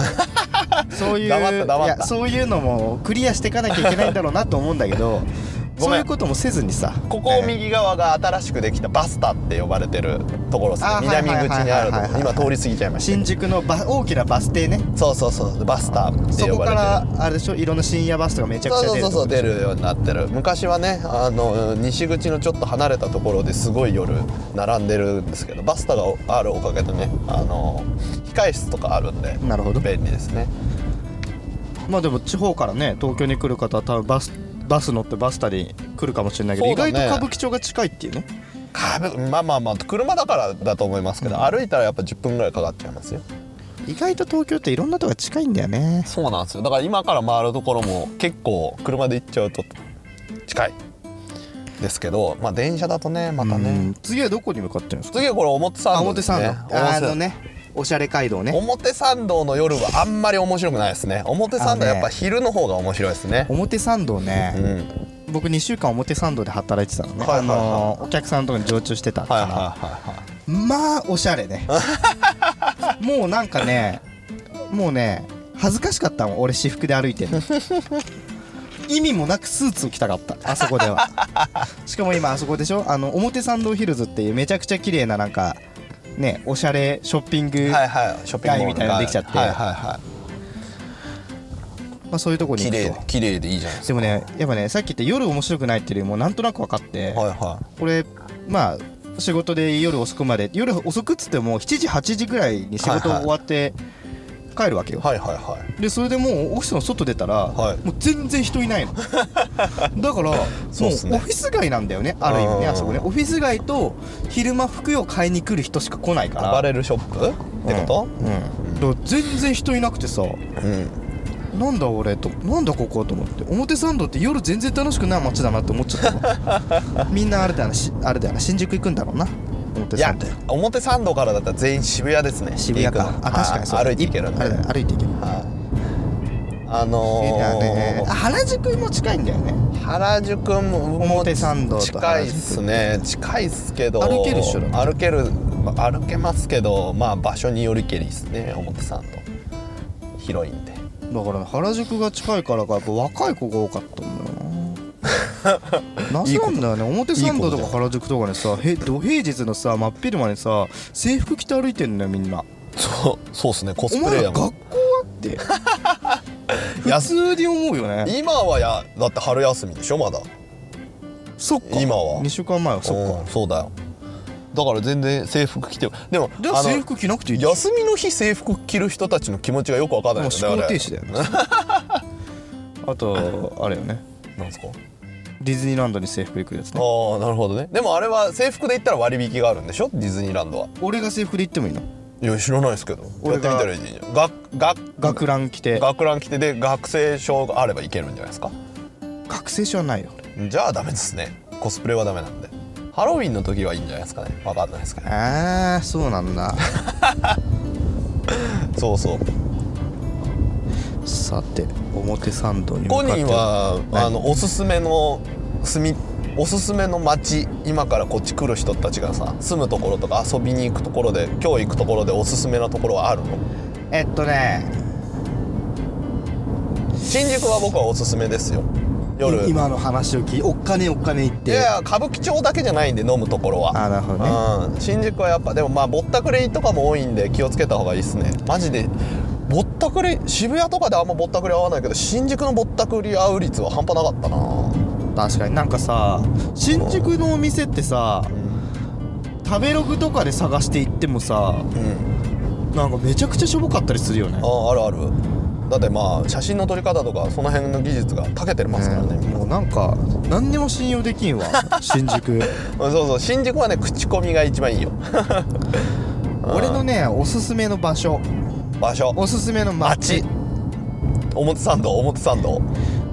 [SPEAKER 1] そういう
[SPEAKER 2] 黙った黙った
[SPEAKER 1] いやそういうのもクリアしていかなきゃいけないんだろうなと思うんだけど
[SPEAKER 2] ごめ
[SPEAKER 1] そ
[SPEAKER 2] ん
[SPEAKER 1] ういうこともせずにさ
[SPEAKER 2] ここ
[SPEAKER 1] ね
[SPEAKER 2] 右側が新しくできたバスタって呼ばれてるところですね
[SPEAKER 1] あはい
[SPEAKER 2] 南口にあると
[SPEAKER 1] はいはいはいはい
[SPEAKER 2] 今通り過ぎちゃいました
[SPEAKER 1] 新宿のバ大きなバス停ね
[SPEAKER 2] そうそうそうバスタって呼ばれて
[SPEAKER 1] そ
[SPEAKER 2] る
[SPEAKER 1] こからあれでしょいろんな深夜バスとかめちゃくちゃ
[SPEAKER 2] そう
[SPEAKER 1] 出る
[SPEAKER 2] そうそ
[SPEAKER 1] と
[SPEAKER 2] う
[SPEAKER 1] こ
[SPEAKER 2] 出るようになってる昔はねあの西口のちょっと離れたところですごい夜並んでるんですけどバスタがあるおかげでねあの控室とかあるんで
[SPEAKER 1] なるほど
[SPEAKER 2] 便利ですね
[SPEAKER 1] まあでも地方からね東京に来る方は多分バスバス乗ってバスタに来るかもしれないけど、
[SPEAKER 2] そう
[SPEAKER 1] 意
[SPEAKER 2] だね
[SPEAKER 1] 外と歌舞伎町が近いっていうね
[SPEAKER 2] かぶまあまあまあ車だからだと思いますけど、歩いたらやっぱ10分ぐらいかかっちゃいますよ
[SPEAKER 1] 意外と東京っていろんなとこが近いんだよね
[SPEAKER 2] そうなんですよだから今から回るところも結構車で行っちゃうと近いですけどまあ電車だとねまたね、
[SPEAKER 1] うん次はどこに向かってるんですか
[SPEAKER 2] 次はこれ表
[SPEAKER 1] あ
[SPEAKER 2] 参道
[SPEAKER 1] 表
[SPEAKER 2] です
[SPEAKER 1] 参
[SPEAKER 2] ね
[SPEAKER 1] 道ああのねおしゃれ街道ね
[SPEAKER 2] 表参道の夜はあんまり面白くないですね表参道はやっぱ昼の方が面白いですね
[SPEAKER 1] 表参道ね、
[SPEAKER 2] うんはい
[SPEAKER 1] 僕2週間表参道で働いてたのね、
[SPEAKER 2] はいはいはい
[SPEAKER 1] あのーお客さんのとこに常駐してたか
[SPEAKER 2] はい
[SPEAKER 1] ら、
[SPEAKER 2] はいはい
[SPEAKER 1] まあおしゃれ ねもうなんかねもうね恥ずかしかったもん俺私服で歩いてるの意味もなくスーツを着たかったあそこで はしかも今あそこでしょあの表参道ヒルズっていうめちゃくちゃ綺麗ななんかねおしゃれショッピング、
[SPEAKER 2] はいはいショッピングモール
[SPEAKER 1] みたいなのできちゃって
[SPEAKER 2] はいはいは
[SPEAKER 1] まあ、そういうとこ
[SPEAKER 2] い
[SPEAKER 1] に
[SPEAKER 2] 綺
[SPEAKER 1] 行く
[SPEAKER 2] 麗
[SPEAKER 1] と
[SPEAKER 2] で綺麗でいいじゃないです
[SPEAKER 1] でもねやっぱねさっき言って夜面白くないっていうよりもなんとなく分かって、
[SPEAKER 2] かはいはい
[SPEAKER 1] これまあ仕事で夜遅くまで夜遅くっつっても7時8時ぐらいに仕事
[SPEAKER 2] はいはい
[SPEAKER 1] 終わって帰るわけよ、
[SPEAKER 2] はいはいはい
[SPEAKER 1] でそれでもうオフィスの外出たら、
[SPEAKER 2] はい
[SPEAKER 1] もう全然人いない のだから
[SPEAKER 2] そうっすね
[SPEAKER 1] もうオフィス街なんだよねある意味ね
[SPEAKER 2] うん
[SPEAKER 1] あそこねオフィス街と昼間服を買いに来る人しか来ないか
[SPEAKER 2] アパ
[SPEAKER 1] ら
[SPEAKER 2] レルショップってこと
[SPEAKER 1] うん、だから全然人いなくてさ
[SPEAKER 2] うん
[SPEAKER 1] なんだ俺となんだここと思って表参道って夜全然楽しくない街だなって思っちゃった わみんなあれだよなしあれだよな新宿行くんだろうな表
[SPEAKER 2] いや
[SPEAKER 1] 参道
[SPEAKER 2] 表参道からだったら全員渋谷ですね
[SPEAKER 1] 渋谷
[SPEAKER 2] 行
[SPEAKER 1] か
[SPEAKER 2] くの
[SPEAKER 1] あ確かにそう
[SPEAKER 2] はい歩いていけるん
[SPEAKER 1] 一
[SPEAKER 2] で
[SPEAKER 1] あれだよ歩いていける
[SPEAKER 2] はいあ
[SPEAKER 1] いいね
[SPEAKER 2] の
[SPEAKER 1] あ
[SPEAKER 2] ー
[SPEAKER 1] 原宿も近いんだよね
[SPEAKER 2] 原宿も
[SPEAKER 1] 表参道と
[SPEAKER 2] 近い
[SPEAKER 1] 原
[SPEAKER 2] っ
[SPEAKER 1] 宿
[SPEAKER 2] すね近いっすけど
[SPEAKER 1] 歩けるっしょだ
[SPEAKER 2] 歩けるまあ歩けますけどまあ場所によりけりっすね表参道広いんで
[SPEAKER 1] だからね原宿が近いからかやっぱ若い子が多かったんだ よな謎なんだよね表参道とか原宿とかねさへ土平日のさ真っ昼間にさ制服着て歩いてんだよみんな
[SPEAKER 2] そうそうっすねコ
[SPEAKER 1] お
[SPEAKER 2] スプ
[SPEAKER 1] 前
[SPEAKER 2] レ
[SPEAKER 1] ら
[SPEAKER 2] や
[SPEAKER 1] 学校
[SPEAKER 2] も
[SPEAKER 1] は
[SPEAKER 2] ん
[SPEAKER 1] って
[SPEAKER 2] や
[SPEAKER 1] 普通に思うよね
[SPEAKER 2] 今はやだって春休みでしょまだ
[SPEAKER 1] そっか
[SPEAKER 2] 今は
[SPEAKER 1] 2週間前はそっ
[SPEAKER 2] うん
[SPEAKER 1] か
[SPEAKER 2] そうだよだから全然制服着てでも
[SPEAKER 1] では
[SPEAKER 2] あの
[SPEAKER 1] 制服着なくていいでしょ
[SPEAKER 2] 休みの日制服着る人たちの気持ちがよくわかんない
[SPEAKER 1] もう
[SPEAKER 2] で
[SPEAKER 1] 思
[SPEAKER 2] すよね
[SPEAKER 1] 考
[SPEAKER 2] あれ
[SPEAKER 1] 停止だよねあとあれよね
[SPEAKER 2] なんですか
[SPEAKER 1] ディズニーランドに制服行くやつね
[SPEAKER 2] ああなるほどねでもあれは制服で行ったら割引があるんでしょディズニーランドは
[SPEAKER 1] 俺が制服で行ってもいいの
[SPEAKER 2] いや知らないですけどやって
[SPEAKER 1] 俺
[SPEAKER 2] み
[SPEAKER 1] が
[SPEAKER 2] たらいいじゃん学学
[SPEAKER 1] 学ラン着て
[SPEAKER 2] 学ラン着てで学生証があればいけるんじゃないですか
[SPEAKER 1] 学生証はないよ俺
[SPEAKER 2] じゃあダメですねコスプレはダメなんでハロウィンの時はいいんじゃないですかねわかんないですけど
[SPEAKER 1] ああそうなん だ
[SPEAKER 2] そうそう
[SPEAKER 1] さて表参道に向か
[SPEAKER 2] コ
[SPEAKER 1] って
[SPEAKER 2] ニーはあのおすすめの住みおすすめの街今からこっち来る人たちがさ住むところとか遊びに行くところで今日行くところでおすすめなところはあるの
[SPEAKER 1] えっとね
[SPEAKER 2] 新宿は僕はおすすめですよ夜
[SPEAKER 1] 今の話を聞いておっかねおっかね言っ
[SPEAKER 2] い
[SPEAKER 1] て
[SPEAKER 2] やいや歌舞伎町だけじゃないんで飲むところは
[SPEAKER 1] あーなるほど
[SPEAKER 2] ね、うん、新宿はやっぱでもまあぼったくりとかも多いんで気をつけた方がいいですねマジでぼったくり渋谷とかであんまぼったくり合わないけど新宿のぼったくり合う率は半端なかったな
[SPEAKER 1] 確かになんかさ新宿のお店ってさ食べログとかで探して行ってもさ
[SPEAKER 2] うん
[SPEAKER 1] なんかめちゃくちゃしょぼかったりするよね
[SPEAKER 2] ああるあるだってまあ写真の撮り方とかその辺の技術が長けてますからね、
[SPEAKER 1] ねもうなんか何にも信用でき んわ新宿
[SPEAKER 2] そうそう新宿はね口コミが一番いいよ
[SPEAKER 1] 俺のねおすすめの場所
[SPEAKER 2] 場所
[SPEAKER 1] おすすめの街
[SPEAKER 2] 街表参道表参道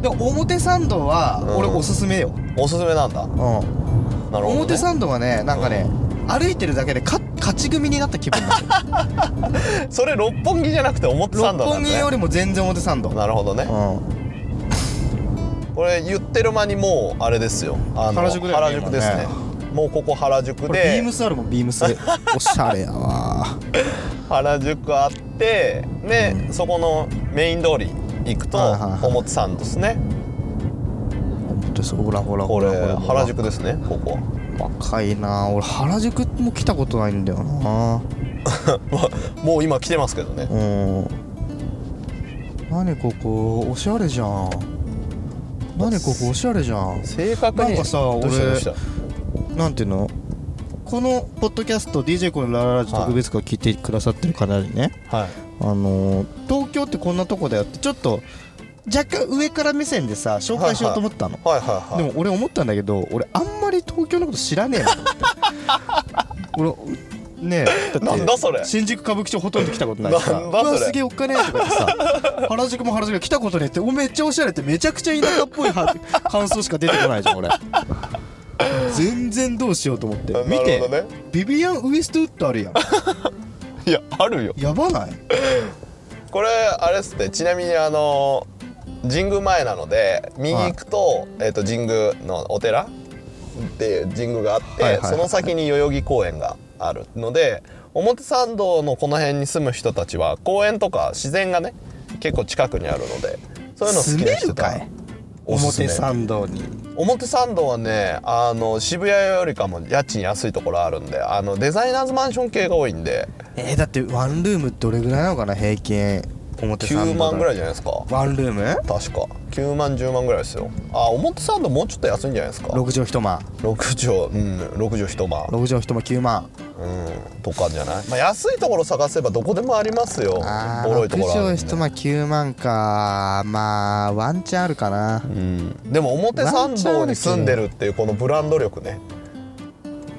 [SPEAKER 1] で表参道は
[SPEAKER 2] ん
[SPEAKER 1] 俺おすすめよ、
[SPEAKER 2] おすすめなんだな
[SPEAKER 1] う
[SPEAKER 2] る
[SPEAKER 1] ん
[SPEAKER 2] ほど、ね、
[SPEAKER 1] 表参道はねなんかね、歩いてるだけでか勝ち組になった気 分なんですよ
[SPEAKER 2] それ六本木じゃなくて表参
[SPEAKER 1] 六
[SPEAKER 2] 道なん
[SPEAKER 1] 本木
[SPEAKER 2] だ
[SPEAKER 1] よ
[SPEAKER 2] ね
[SPEAKER 1] りも全然表参道、
[SPEAKER 2] なるほどね
[SPEAKER 1] うん、
[SPEAKER 2] これ言ってる間にもうあれですよあの
[SPEAKER 1] 原宿だよね
[SPEAKER 2] 原宿ですねもうここ原宿
[SPEAKER 1] これビー
[SPEAKER 2] で
[SPEAKER 1] ムスあるもんビー ムスおしゃれやわ
[SPEAKER 2] 原宿あってで、そこのメイン通り行くと
[SPEAKER 1] はいはいはい
[SPEAKER 2] 表参道ですね
[SPEAKER 1] 表参道ほらほら
[SPEAKER 2] こ
[SPEAKER 1] ほ
[SPEAKER 2] れ
[SPEAKER 1] らほら
[SPEAKER 2] 原宿ですねここ
[SPEAKER 1] 若いな俺原宿も来たことないんだよな
[SPEAKER 2] もう今来てますけどね
[SPEAKER 1] うん何ここおしゃれじゃん何ここおしゃれじゃん
[SPEAKER 2] 正確に
[SPEAKER 1] なんかさ
[SPEAKER 2] どうした
[SPEAKER 1] 俺
[SPEAKER 2] どうした
[SPEAKER 1] なんていうのこのポッドキャスト DJ コのラララジ特別会聞いてくださってる方にね、
[SPEAKER 2] はい
[SPEAKER 1] あのー東京ってこんなとこだよってちょっと若干上から目線でさ紹介しようと思ったの、
[SPEAKER 2] はいはいはい
[SPEAKER 1] でも 俺思ったんだけど俺あんまり東京のこと知らねえなと思って俺ねえって
[SPEAKER 2] なんだそれ
[SPEAKER 1] 新宿歌舞伎町ほとんど来たことないしさ
[SPEAKER 2] なんだそれ
[SPEAKER 1] うわすげえおっかねえとかって さ原宿も原宿も来たことねえっておめっちゃおしゃれってめちゃくちゃ田舎っぽいは感想しか出てこないじゃん俺全然どうしようと思って
[SPEAKER 2] なるほど
[SPEAKER 1] 見て、
[SPEAKER 2] ね
[SPEAKER 1] ビビアン・ウエストウッドあるやん
[SPEAKER 2] いやあるよ
[SPEAKER 1] やばない
[SPEAKER 2] これあれっすねちなみにあの神宮前なので右行くと,、えっと神宮のお寺っていう神宮があって、
[SPEAKER 1] はいはいはい
[SPEAKER 2] その先に代々木公園があるので表参道のこの辺に住む人たちは公園とか自然がね結構近くにあるのでそういうの好
[SPEAKER 1] 住
[SPEAKER 2] きな
[SPEAKER 1] め
[SPEAKER 2] 人
[SPEAKER 1] る
[SPEAKER 2] た
[SPEAKER 1] かい
[SPEAKER 2] ちおすすめ
[SPEAKER 1] 表参道に
[SPEAKER 2] 表参道はねあの渋谷よりかも家賃安いところあるんであのデザイナーズマンション系が多いんで
[SPEAKER 1] えー、だってワンルームどれぐらいなのかな平均表参道
[SPEAKER 2] 9万ぐらい
[SPEAKER 1] い
[SPEAKER 2] じゃないですか
[SPEAKER 1] ワンルーム
[SPEAKER 2] 確か9万10万ぐらいですよあ表参道もうちょっと安いんじゃないですか
[SPEAKER 1] 6
[SPEAKER 2] 6
[SPEAKER 1] 畳一間
[SPEAKER 2] 畳うん6畳一間
[SPEAKER 1] 6畳一間9万
[SPEAKER 2] うんとかじゃない、まあ、安いところ探せばどこでもありますよ
[SPEAKER 1] あ
[SPEAKER 2] ボロ
[SPEAKER 1] ー
[SPEAKER 2] いと
[SPEAKER 1] 6
[SPEAKER 2] ころあ
[SPEAKER 1] 畳
[SPEAKER 2] るん
[SPEAKER 1] 一
[SPEAKER 2] で
[SPEAKER 1] 間9万かまあワンチャンあるかな
[SPEAKER 2] うん、でも表参道に住んでるっていうこのブランド力ね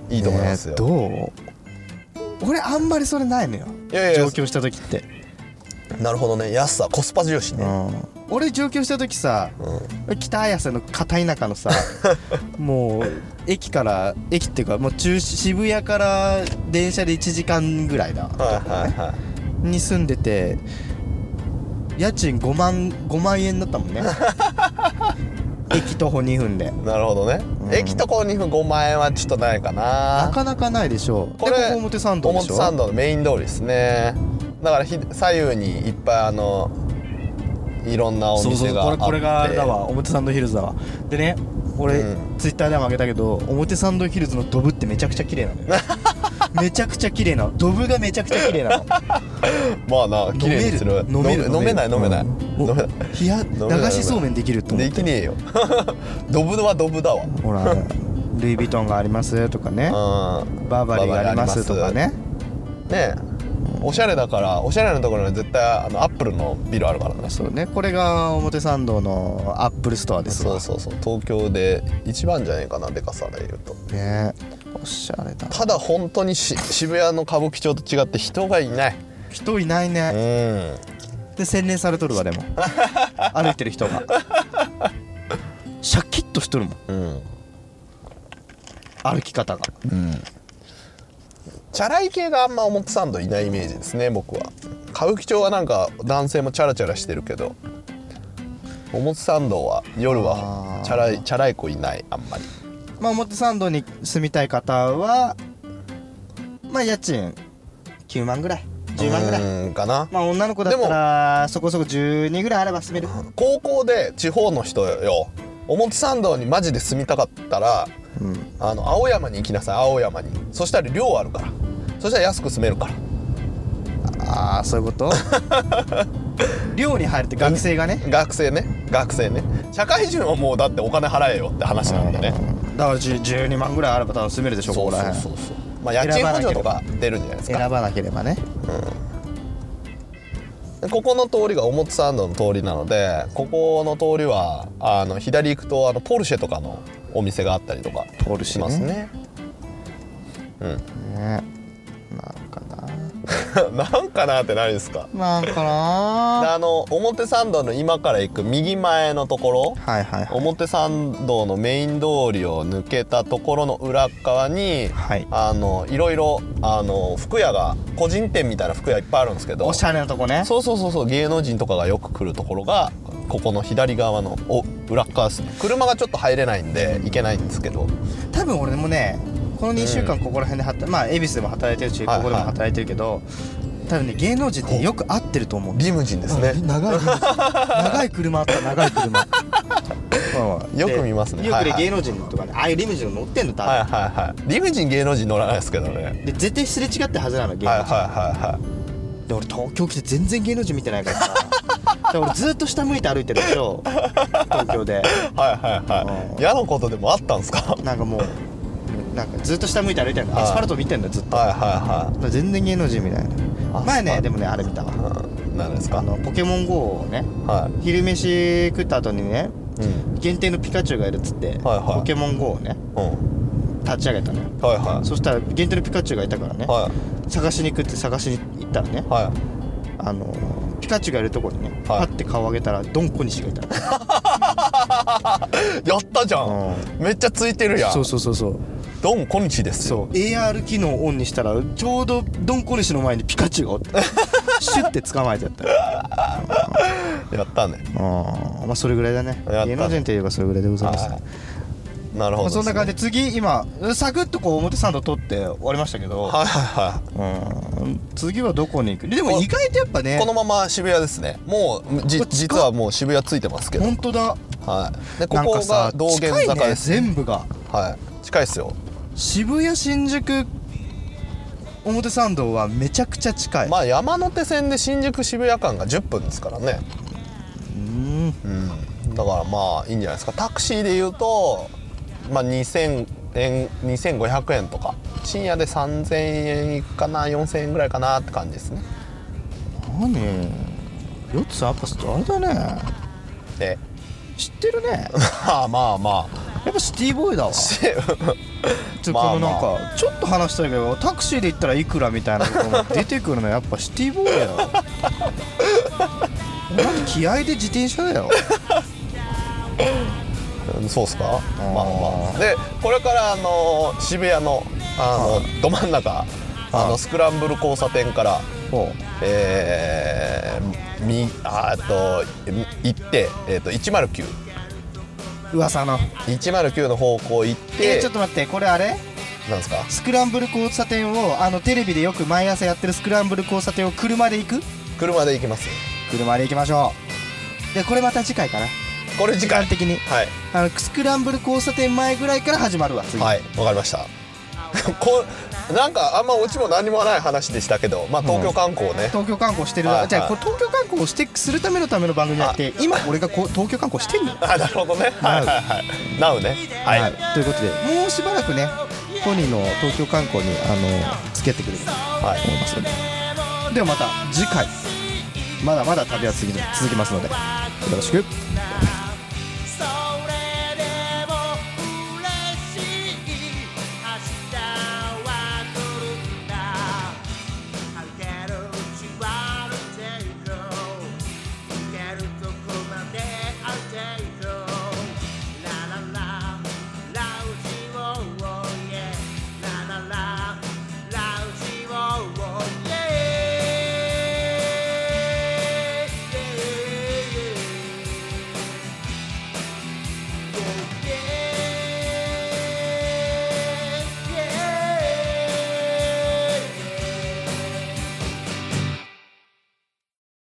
[SPEAKER 2] いいと思いますよ、
[SPEAKER 1] えーどう俺あんまりそれないのよ
[SPEAKER 2] いやいや
[SPEAKER 1] 上京した時って、
[SPEAKER 2] なるほどね安さコスパ重視
[SPEAKER 1] う
[SPEAKER 2] ね、
[SPEAKER 1] ん、俺上京した時さ、北綾瀬の片田舎のさ もう駅から駅っていうかもう中渋谷から電車で1時間ぐらいな
[SPEAKER 2] はいはいはい
[SPEAKER 1] に住んでて家賃5万5万円だったもん ね駅徒歩2分で
[SPEAKER 2] なるほどね、
[SPEAKER 1] うん
[SPEAKER 2] 駅とこに5万円はちょっとないかな
[SPEAKER 1] なかなかないでしょう
[SPEAKER 2] こ
[SPEAKER 1] でこ
[SPEAKER 2] れ
[SPEAKER 1] こ表参道でしょ
[SPEAKER 2] 表参道のメイン通りですねだからひ左右にいっぱいあのいろんなお
[SPEAKER 1] そうそ
[SPEAKER 2] 店
[SPEAKER 1] う
[SPEAKER 2] があ
[SPEAKER 1] こ
[SPEAKER 2] って
[SPEAKER 1] れこれがあれだわ表参道ヒルズだわでね俺、
[SPEAKER 2] うん
[SPEAKER 1] ツイッターでもあげたけど表参道ヒルズのドブってめちゃくちゃ綺麗なのよ めちゃくちゃ綺麗なのドブがめちゃくちゃ綺麗なの
[SPEAKER 2] まあな綺麗にする
[SPEAKER 1] 飲める
[SPEAKER 2] 飲めない飲めない
[SPEAKER 1] お
[SPEAKER 2] 飲めない
[SPEAKER 1] 冷や
[SPEAKER 2] 飲めない
[SPEAKER 1] 流しそうめんできると思っ
[SPEAKER 2] で
[SPEAKER 1] て
[SPEAKER 2] きねえよ ドブはドブだわ
[SPEAKER 1] ほらルイ・ヴィトンがありますとかね
[SPEAKER 2] うん
[SPEAKER 1] バーバリーがありますとかね
[SPEAKER 2] ねえおしゃれだからおしゃれなところには絶対あのアップルのビルあるからね
[SPEAKER 1] そうねこれが表参道のアップルストアです
[SPEAKER 2] そ
[SPEAKER 1] わ
[SPEAKER 2] うそうそう東京で一番じゃねえかなでかさで言うと
[SPEAKER 1] ねおしゃれだ
[SPEAKER 2] ただ本当にし渋谷の歌舞伎町と違って人がいない
[SPEAKER 1] 人いないね
[SPEAKER 2] うん
[SPEAKER 1] で洗練されとるわで も歩いてる人がシャキッとしとるもん
[SPEAKER 2] うん
[SPEAKER 1] 歩き方が
[SPEAKER 2] チャラい系があんま表参道いないイメージですね僕は歌舞伎町はなんか男性もチャラチャラしてるけど表参道は夜
[SPEAKER 1] あ
[SPEAKER 2] は
[SPEAKER 1] ー
[SPEAKER 2] チャラいチャラい子いないあんまり
[SPEAKER 1] まあ表参道に住みたい方はまあ家賃9万ぐらい10万ぐらいう
[SPEAKER 2] ーんかな
[SPEAKER 1] まあ女の子だったらそこそこ12ぐらいあれば住める
[SPEAKER 2] 高校で地方の人よ表参道にマジで住みたかったら、あの青山に行きなさい青山にそしたら寮あるからそしたら安く住めるから
[SPEAKER 1] ああそういうこと 寮に入るって学生がね
[SPEAKER 2] 学生ね学生ね社会人はもうだってお金払えよって話なんでね
[SPEAKER 1] だから10 12万ぐらいあれば多分住めるでしょ
[SPEAKER 2] そ
[SPEAKER 1] こ
[SPEAKER 2] う
[SPEAKER 1] こ
[SPEAKER 2] そう
[SPEAKER 1] ら
[SPEAKER 2] そう
[SPEAKER 1] 辺
[SPEAKER 2] そうまあ家賃補助とか出るんじゃないです
[SPEAKER 1] 選
[SPEAKER 2] か
[SPEAKER 1] ばなければね
[SPEAKER 2] でここの通りが表参道の通りなのでここの通りはあの左行くとあのポルシェとかのお店があったりとか
[SPEAKER 1] ポルシ
[SPEAKER 2] し
[SPEAKER 1] ェね
[SPEAKER 2] ますね
[SPEAKER 1] ねなんかな
[SPEAKER 2] なんかなって何ですか
[SPEAKER 1] なんか
[SPEAKER 2] で
[SPEAKER 1] な
[SPEAKER 2] あの表参道の今から行く右前のところ
[SPEAKER 1] はいはいはい
[SPEAKER 2] 表参道のメイン通りを抜けたところの裏側に、
[SPEAKER 1] はい
[SPEAKER 2] あのいろいろあの服屋が個人店みたいな服屋いっぱいあるんですけど
[SPEAKER 1] おしゃれなとこね
[SPEAKER 2] そうそうそうそう芸能人とかがよく来るところがここの左側のお裏っ側ですね車がちょっと入れないんで行けないんですけど
[SPEAKER 1] 多分俺もねこの2週間ここら辺で働い、まあ恵比寿でも働いてるしこ
[SPEAKER 2] はい
[SPEAKER 1] こでも働いてるけど、多分ね芸能人ってよく合ってると思う
[SPEAKER 2] リムジンです
[SPEAKER 1] 長
[SPEAKER 2] ね
[SPEAKER 1] い長い 長い車あった長い 車うん
[SPEAKER 2] よく見ますね
[SPEAKER 1] でよく
[SPEAKER 2] はい
[SPEAKER 1] ね
[SPEAKER 2] はい
[SPEAKER 1] 芸能人とかねああいうリムジン乗ってんの多分、
[SPEAKER 2] はいはいはいリムジン芸能人乗らないですけどね
[SPEAKER 1] で絶対すれ違ってるはずなの芸能
[SPEAKER 2] はい
[SPEAKER 1] 人、
[SPEAKER 2] はいはいはい
[SPEAKER 1] で俺東京来て全然芸能人見てないから さで俺ずっと下向いて歩いてるでしょ東京で
[SPEAKER 2] はいはいは
[SPEAKER 1] うん
[SPEAKER 2] い嫌なことでもあったんですかはい
[SPEAKER 1] なんかもうなんかずっと下向いて歩いてるの
[SPEAKER 2] はい
[SPEAKER 1] アスファルト見てんだよずっと
[SPEAKER 2] はいは
[SPEAKER 1] 全然芸能人みたいな
[SPEAKER 2] あ
[SPEAKER 1] 前
[SPEAKER 2] そ
[SPEAKER 1] ね
[SPEAKER 2] う
[SPEAKER 1] でもねあれ見たわ
[SPEAKER 2] いうん何です
[SPEAKER 1] あ
[SPEAKER 2] か
[SPEAKER 1] のポケモン GO をね
[SPEAKER 2] は
[SPEAKER 1] 昼飯食った後にね
[SPEAKER 2] いうん
[SPEAKER 1] 限定のピカチュウがいるっつって、
[SPEAKER 2] はいはい
[SPEAKER 1] ポケモン GO をね
[SPEAKER 2] うん
[SPEAKER 1] 立ち上げたのよ
[SPEAKER 2] はいはい
[SPEAKER 1] そしたら限定のピカチュウがいたからね、
[SPEAKER 2] は
[SPEAKER 1] 探しに行くって探しに行ったらね
[SPEAKER 2] い、は
[SPEAKER 1] あのーピカチュウがいるところにね、
[SPEAKER 2] はい
[SPEAKER 1] パッて顔を上げたらドン小西がいたの
[SPEAKER 2] いやったじゃん、
[SPEAKER 1] う
[SPEAKER 2] めっちゃついてるやん
[SPEAKER 1] そうそうそうそう
[SPEAKER 2] ドン小西ですよ
[SPEAKER 1] そう AR 機能をオンにしたらちょうどドン小西の前にピカチュウがお ってシュッて捕まえちゃった
[SPEAKER 2] やったね
[SPEAKER 1] あーまあそれぐらいだね
[SPEAKER 2] やった
[SPEAKER 1] 芸能人といえばそれぐらいでございます、
[SPEAKER 2] はいなるほ
[SPEAKER 1] まあ、
[SPEAKER 2] どです
[SPEAKER 1] そ
[SPEAKER 2] ね、
[SPEAKER 1] んな感じで次今サクッとこう表参道取って終わりましたけど、
[SPEAKER 2] はいはいはい
[SPEAKER 1] うん次はどこに行くでも
[SPEAKER 2] こ
[SPEAKER 1] 意外とやっぱね
[SPEAKER 2] このまま渋谷ですねもうじ
[SPEAKER 1] ここ近っ
[SPEAKER 2] 実はもう渋谷ついてますけど
[SPEAKER 1] 本当だ
[SPEAKER 2] はいでこ
[SPEAKER 1] なん
[SPEAKER 2] こ
[SPEAKER 1] かさ
[SPEAKER 2] が道玄坂
[SPEAKER 1] 近いね
[SPEAKER 2] です、
[SPEAKER 1] 全部が
[SPEAKER 2] はい近いですよ
[SPEAKER 1] 渋谷新宿表参道はめちゃくちゃ近い、
[SPEAKER 2] まあ山手線で新宿渋谷間が10分ですからね
[SPEAKER 1] うん
[SPEAKER 2] うんだからまあいいんじゃないですかタクシーで言うと、まあ、2000円2500円とか深夜で3000円いくかな4000円ぐらいかなって感じですね
[SPEAKER 1] 何4つアッパスとあれだね
[SPEAKER 2] で
[SPEAKER 1] 知ってるね
[SPEAKER 2] まあまあま
[SPEAKER 1] やっぱシティボーイだわ
[SPEAKER 2] あ
[SPEAKER 1] ち
[SPEAKER 2] し
[SPEAKER 1] ょ
[SPEAKER 2] まあ
[SPEAKER 1] この
[SPEAKER 2] ま
[SPEAKER 1] なん
[SPEAKER 2] あ
[SPEAKER 1] か、ちょっと話したいけどタクシーで行ったらいくらみたいなことも出てくるのやっぱシティボーイだよなんか気合で自転車だよ
[SPEAKER 2] うん そうっすかまあ
[SPEAKER 1] ー
[SPEAKER 2] まあでこれからあの渋谷のあのど真ん中あのスクランブル交差点から
[SPEAKER 1] ほ
[SPEAKER 2] えー、みあーっと行って、えー、と109109
[SPEAKER 1] う噂の
[SPEAKER 2] の方向行って、
[SPEAKER 1] えーちょっと待ってこれあれ
[SPEAKER 2] なんですか
[SPEAKER 1] スクランブル交差点をあのテレビでよく毎朝やってるスクランブル交差点を車で行く
[SPEAKER 2] 車で行きます
[SPEAKER 1] 車で行きましょうでこれまた次回かな
[SPEAKER 2] これ
[SPEAKER 1] 時
[SPEAKER 2] 時
[SPEAKER 1] 間
[SPEAKER 2] 間
[SPEAKER 1] 的に
[SPEAKER 2] はい
[SPEAKER 1] あのスクランブル交差点前ぐらいから始まるわ次、
[SPEAKER 2] はいわかりました こなんかあんまオチも何もない話でしたけどまあ東京観光ね、
[SPEAKER 1] 東京観光してる、
[SPEAKER 2] はいはい
[SPEAKER 1] じゃあこれ東京観光をしてするためのための番組じゃなくて今俺がこう東京観光してんのよ
[SPEAKER 2] あなるほどねはいはいはい Now ねはい、
[SPEAKER 1] はい、ということでもうしばらくねポニーの東京観光にあの付き合ってくれると
[SPEAKER 2] はい
[SPEAKER 1] 思いますのでではまた次回まだまだ旅は次に続きますのでよろしく